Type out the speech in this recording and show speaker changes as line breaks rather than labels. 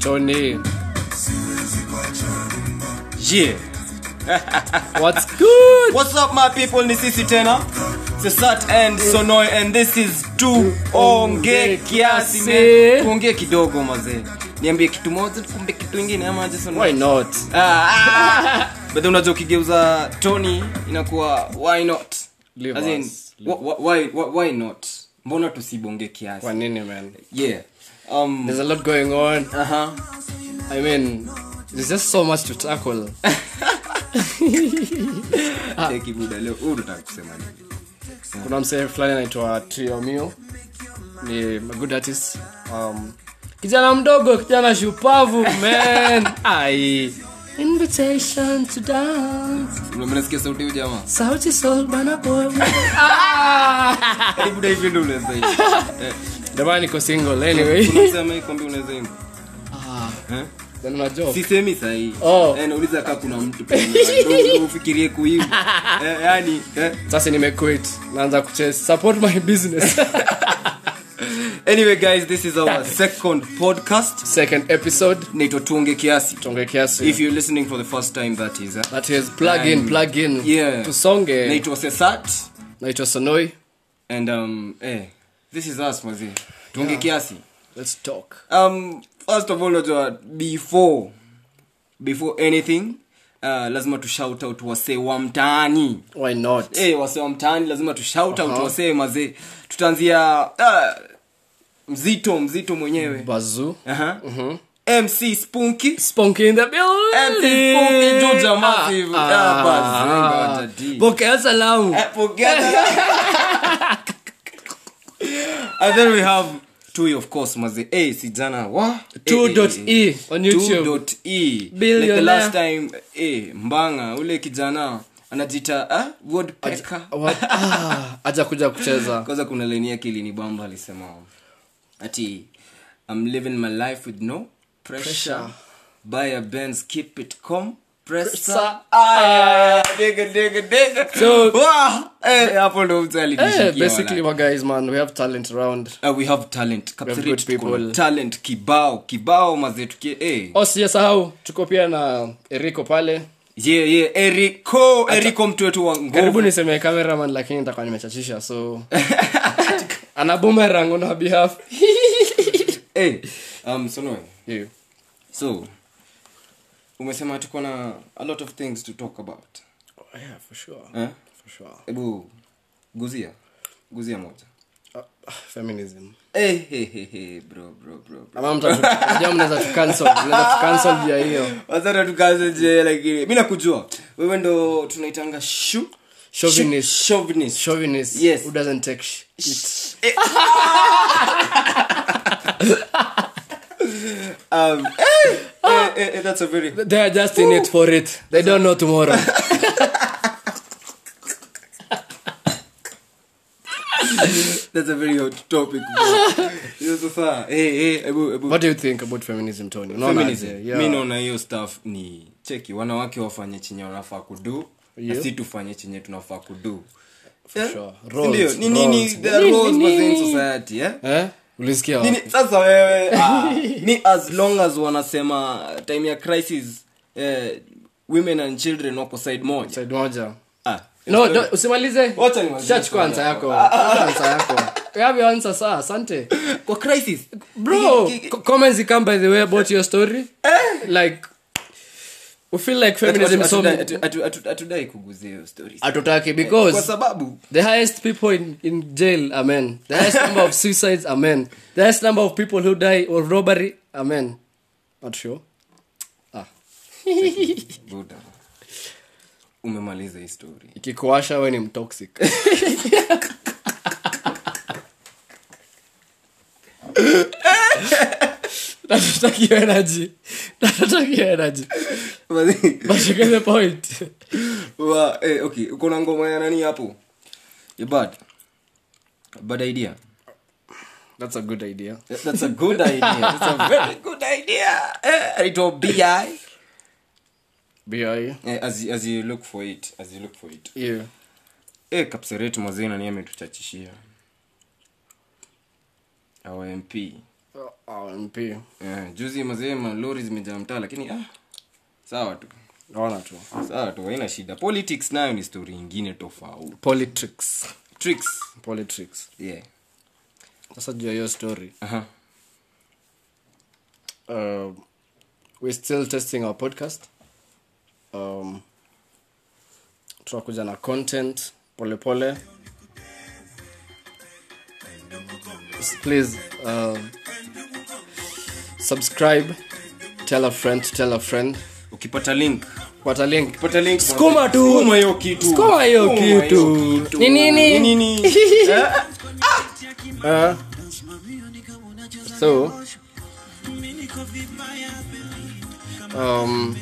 Tony.
yeah.
What's good?
what's up my people ni sisi tena sesat and sonoy and this is tuonge kiasi man. tuongee kidogo mazee niambie kitu moja kumbe kitu ingine ama aje Sonoy?
Why not?
Ah, ah. But then unajua ukigeuza tony inakuwa why not
Leave
As in,
us.
wh- wh- why, why, why not mbona tusibonge kiasi
Kwa nini man?
yeah um,
There's a lot going on.
uh-huh.
I mean, there's just so much to tackle. Ah.
Cheki buda leo huu unataka kusema nini
Kuna msee fulani anaitwa Trio Mio. Ni a good artist. Um, kijana mdogo, kijana shupavu, man. Ai. Invitation to dance.
Unasikia sauti huyu jamaa
Sauti Sol bana boy.
Eh, buda hivi ndio unaweza hivi. Eh,
Jamani Ah! niko single anyway.
unasema hii kwamba unaweza hivi.
Ah.
Eh?
Then unajua.
sisemi sahii
Oh.
eh, nauliza kaa kuna mtu pengine, ndio ufikirie kuimba eh, yani eh.
Sasa nimequit. Naanza kuchase. Support my business.
anyway guys this is our second podcast
Second episode.
naitwa tuonge kiasi
Tonge kiasi.
if you're listening for the first time that is eh.
that is plug in
Um,
plug in
yeah.
tusonge
naitwa sesat
naitwa sonoi
and um, eh, this is us mazi tuonge kiasi
let's talk
um, first of all najua before before anything uh, lazima tushout out wasee wa mtaani
why not
hey, wasee Eh, wa mtaani lazima tushout out
Aha.
wasee mazee tutaanzia ah, mzito mzito mwenyewe
bazoo
Aha.
Mhm.
mc spunky
Spunky in the building.
MC Eh, Spunky, Juja
Ah,
Massive.
ah,
Ah, Bazinga,
ah.
daddy.
Pokea salamu.
Eh, Pogeda. and then we have tui of course mazee hey, si jana wa Eh, eh,
2.e E on YouTube.
2.e like the
Billionaire.
last time eh, mbanga ule kijana anajiita ah, woodpecker
What? Ah, aja kuja kucheza
kwanza kuna leni yake ilinibamba alisema ati i'm living my life with no pressure,
Pressure.
buy a Benz, keep it calm
Pressure.
pressure aya diga diga diga
Ah. So-
Wah! eh hapo ndo mtu alinishikia
Eh,
wala.
basically my guys man we have talent around
Uh, we have talent Kapseret
good
tuko na
people.
talent kibao kibao mazetu ke eh
oh sijasahau tuko pia na eriko pale
yeah yeah eriko eriko mtu wetu wa
karibu
nguvu
niseme cameraman lakini nitakuwa nimechachisha so ana bumerang on her behalf
eh um sonoe
You.
so umesema tuko na a lot of things to talk about
Oh, yeah, for sure.
eh?
For sure.
hebu guzia guzia moja
Ah, ah, feminism
hey, hey, hey, hey, eh, bro bro bro, bro.
ama mtajua mnaweza tu cancel mnaweza tu cancel juu ya hiyo
Wazara tukaanze je lakini mi nakujua wewe ndo tunaitanga shu
Chauvinist.
shu- chauvinist.
chauvinist
Yes.
who doesn't take sh-
Um, eh, eh, eh, eh, that's a very
they are just in it for it they don't know tomorrow
that's a very hot topic bro. Hiyo sasa eh eh hebu hebu
what do you think about feminism Tony Unaona aje?
feminism
Yeah.
mi naona hiyo staff ni cheki wanawake wafanye chenye wanafaa kudu na
Yeah.
si tufanye chenye tunafaa kudu
sure.
ndio
Roles,
ni nini
roles.
there are roles
Nini,
within
nini?
society eh
eh ulisikia
Nini- sasa wewe ah, ni as long as wanasema time ya crisis eh, women and children wako side moja
side moja
ah,
no don't- usimalize
Wacha nimalize.
Shachukua answer yako Shachukua answer yako we have your answer sir asante
kwa crisis
bro
Ki- Eh? ki-
co- comments come by the way about your story like we feel like feminism is so
Hatu- hatu- hatu- hatu- hatudai kuguzia hiyo stories
atutaki
kwa
because
sababu
the highest people in, in jail are men the highest number of suicides are men the highest number of people who die or robbery are men not sure ah
Buddha, umemaliza hii story
ikikuasha we ni mtoxic natutaki energy natutaki energy but you get the point
Wa- eh, okay uko na ngoma ya nani hapo Ya bad bad idea
that's a good idea
that's a good idea that's a very good idea eh, aitwa bi
bi
Eh, as, you- as you look for it as you look for it
yeah
e kapseret mazee nani ametuchachishia our mp
rnp
Eh, juzi mazee malori zimejaa mtaa lakini ah, sawa tu
naona tu
sawa tu haina shida politics nayo ni story ingine tofauti
politics
tricks
politics
yeah
sasa juu ya hiyo story
aha
uh, we're still testing our podcast um, tunakuja na content polepole please um, subscribe tell a friend to tell a friend
ukipata link
what a link
pata link
Sukuma tu.
Sukuma hiyo kitu
Sukuma hiyo
Sukuma
kitu. Ni nini?
Ni nini?
uh,
Eh?
so um,